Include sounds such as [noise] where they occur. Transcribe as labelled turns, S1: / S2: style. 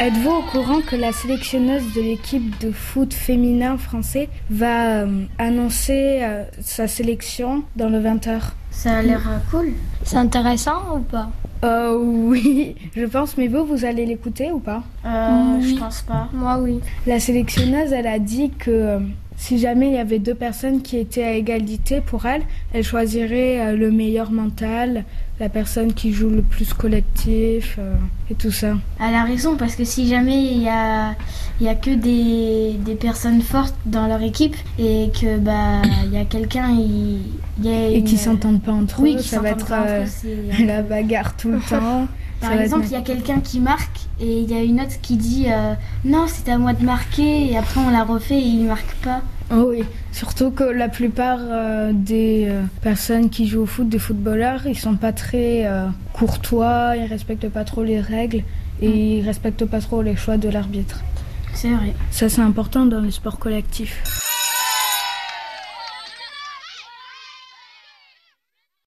S1: Êtes-vous au courant que la sélectionneuse de l'équipe de foot féminin français va euh, annoncer euh, sa sélection dans le 20h
S2: Ça a l'air euh, cool.
S3: C'est intéressant ou pas
S1: Euh, oui, je pense, mais vous, vous allez l'écouter ou pas
S2: Euh,
S3: Oui.
S2: Je pense pas.
S3: Moi oui.
S1: La sélectionneuse, elle a dit que euh, si jamais il y avait deux personnes qui étaient à égalité pour elle, elle choisirait euh, le meilleur mental, la personne qui joue le plus collectif euh, et tout ça.
S2: Elle a raison parce que si jamais il y a, il y a que des, des personnes fortes dans leur équipe et que bah il y a quelqu'un il, il y a
S1: Et
S2: une-
S1: qui s'entendent pas entre
S2: oui,
S1: eux,
S2: qui
S1: ça va
S2: s'entendent
S1: être
S2: pas entre
S1: euh,
S2: eux, c'est-
S1: [laughs] la bagarre tout [laughs] le temps. Ça
S2: Par
S1: va être
S2: exemple, il y a quelqu'un qui marque et il y a une autre qui dit euh, non, c'est à moi de marquer et après on la refait et il marque pas.
S1: Oh oui, surtout que la plupart euh, des euh, personnes qui jouent au foot, des footballeurs, ils sont pas très euh, courtois, ils respectent pas trop les règles et ils respectent pas trop les choix de l'arbitre.
S2: C'est vrai.
S1: Ça c'est important dans les sports collectifs.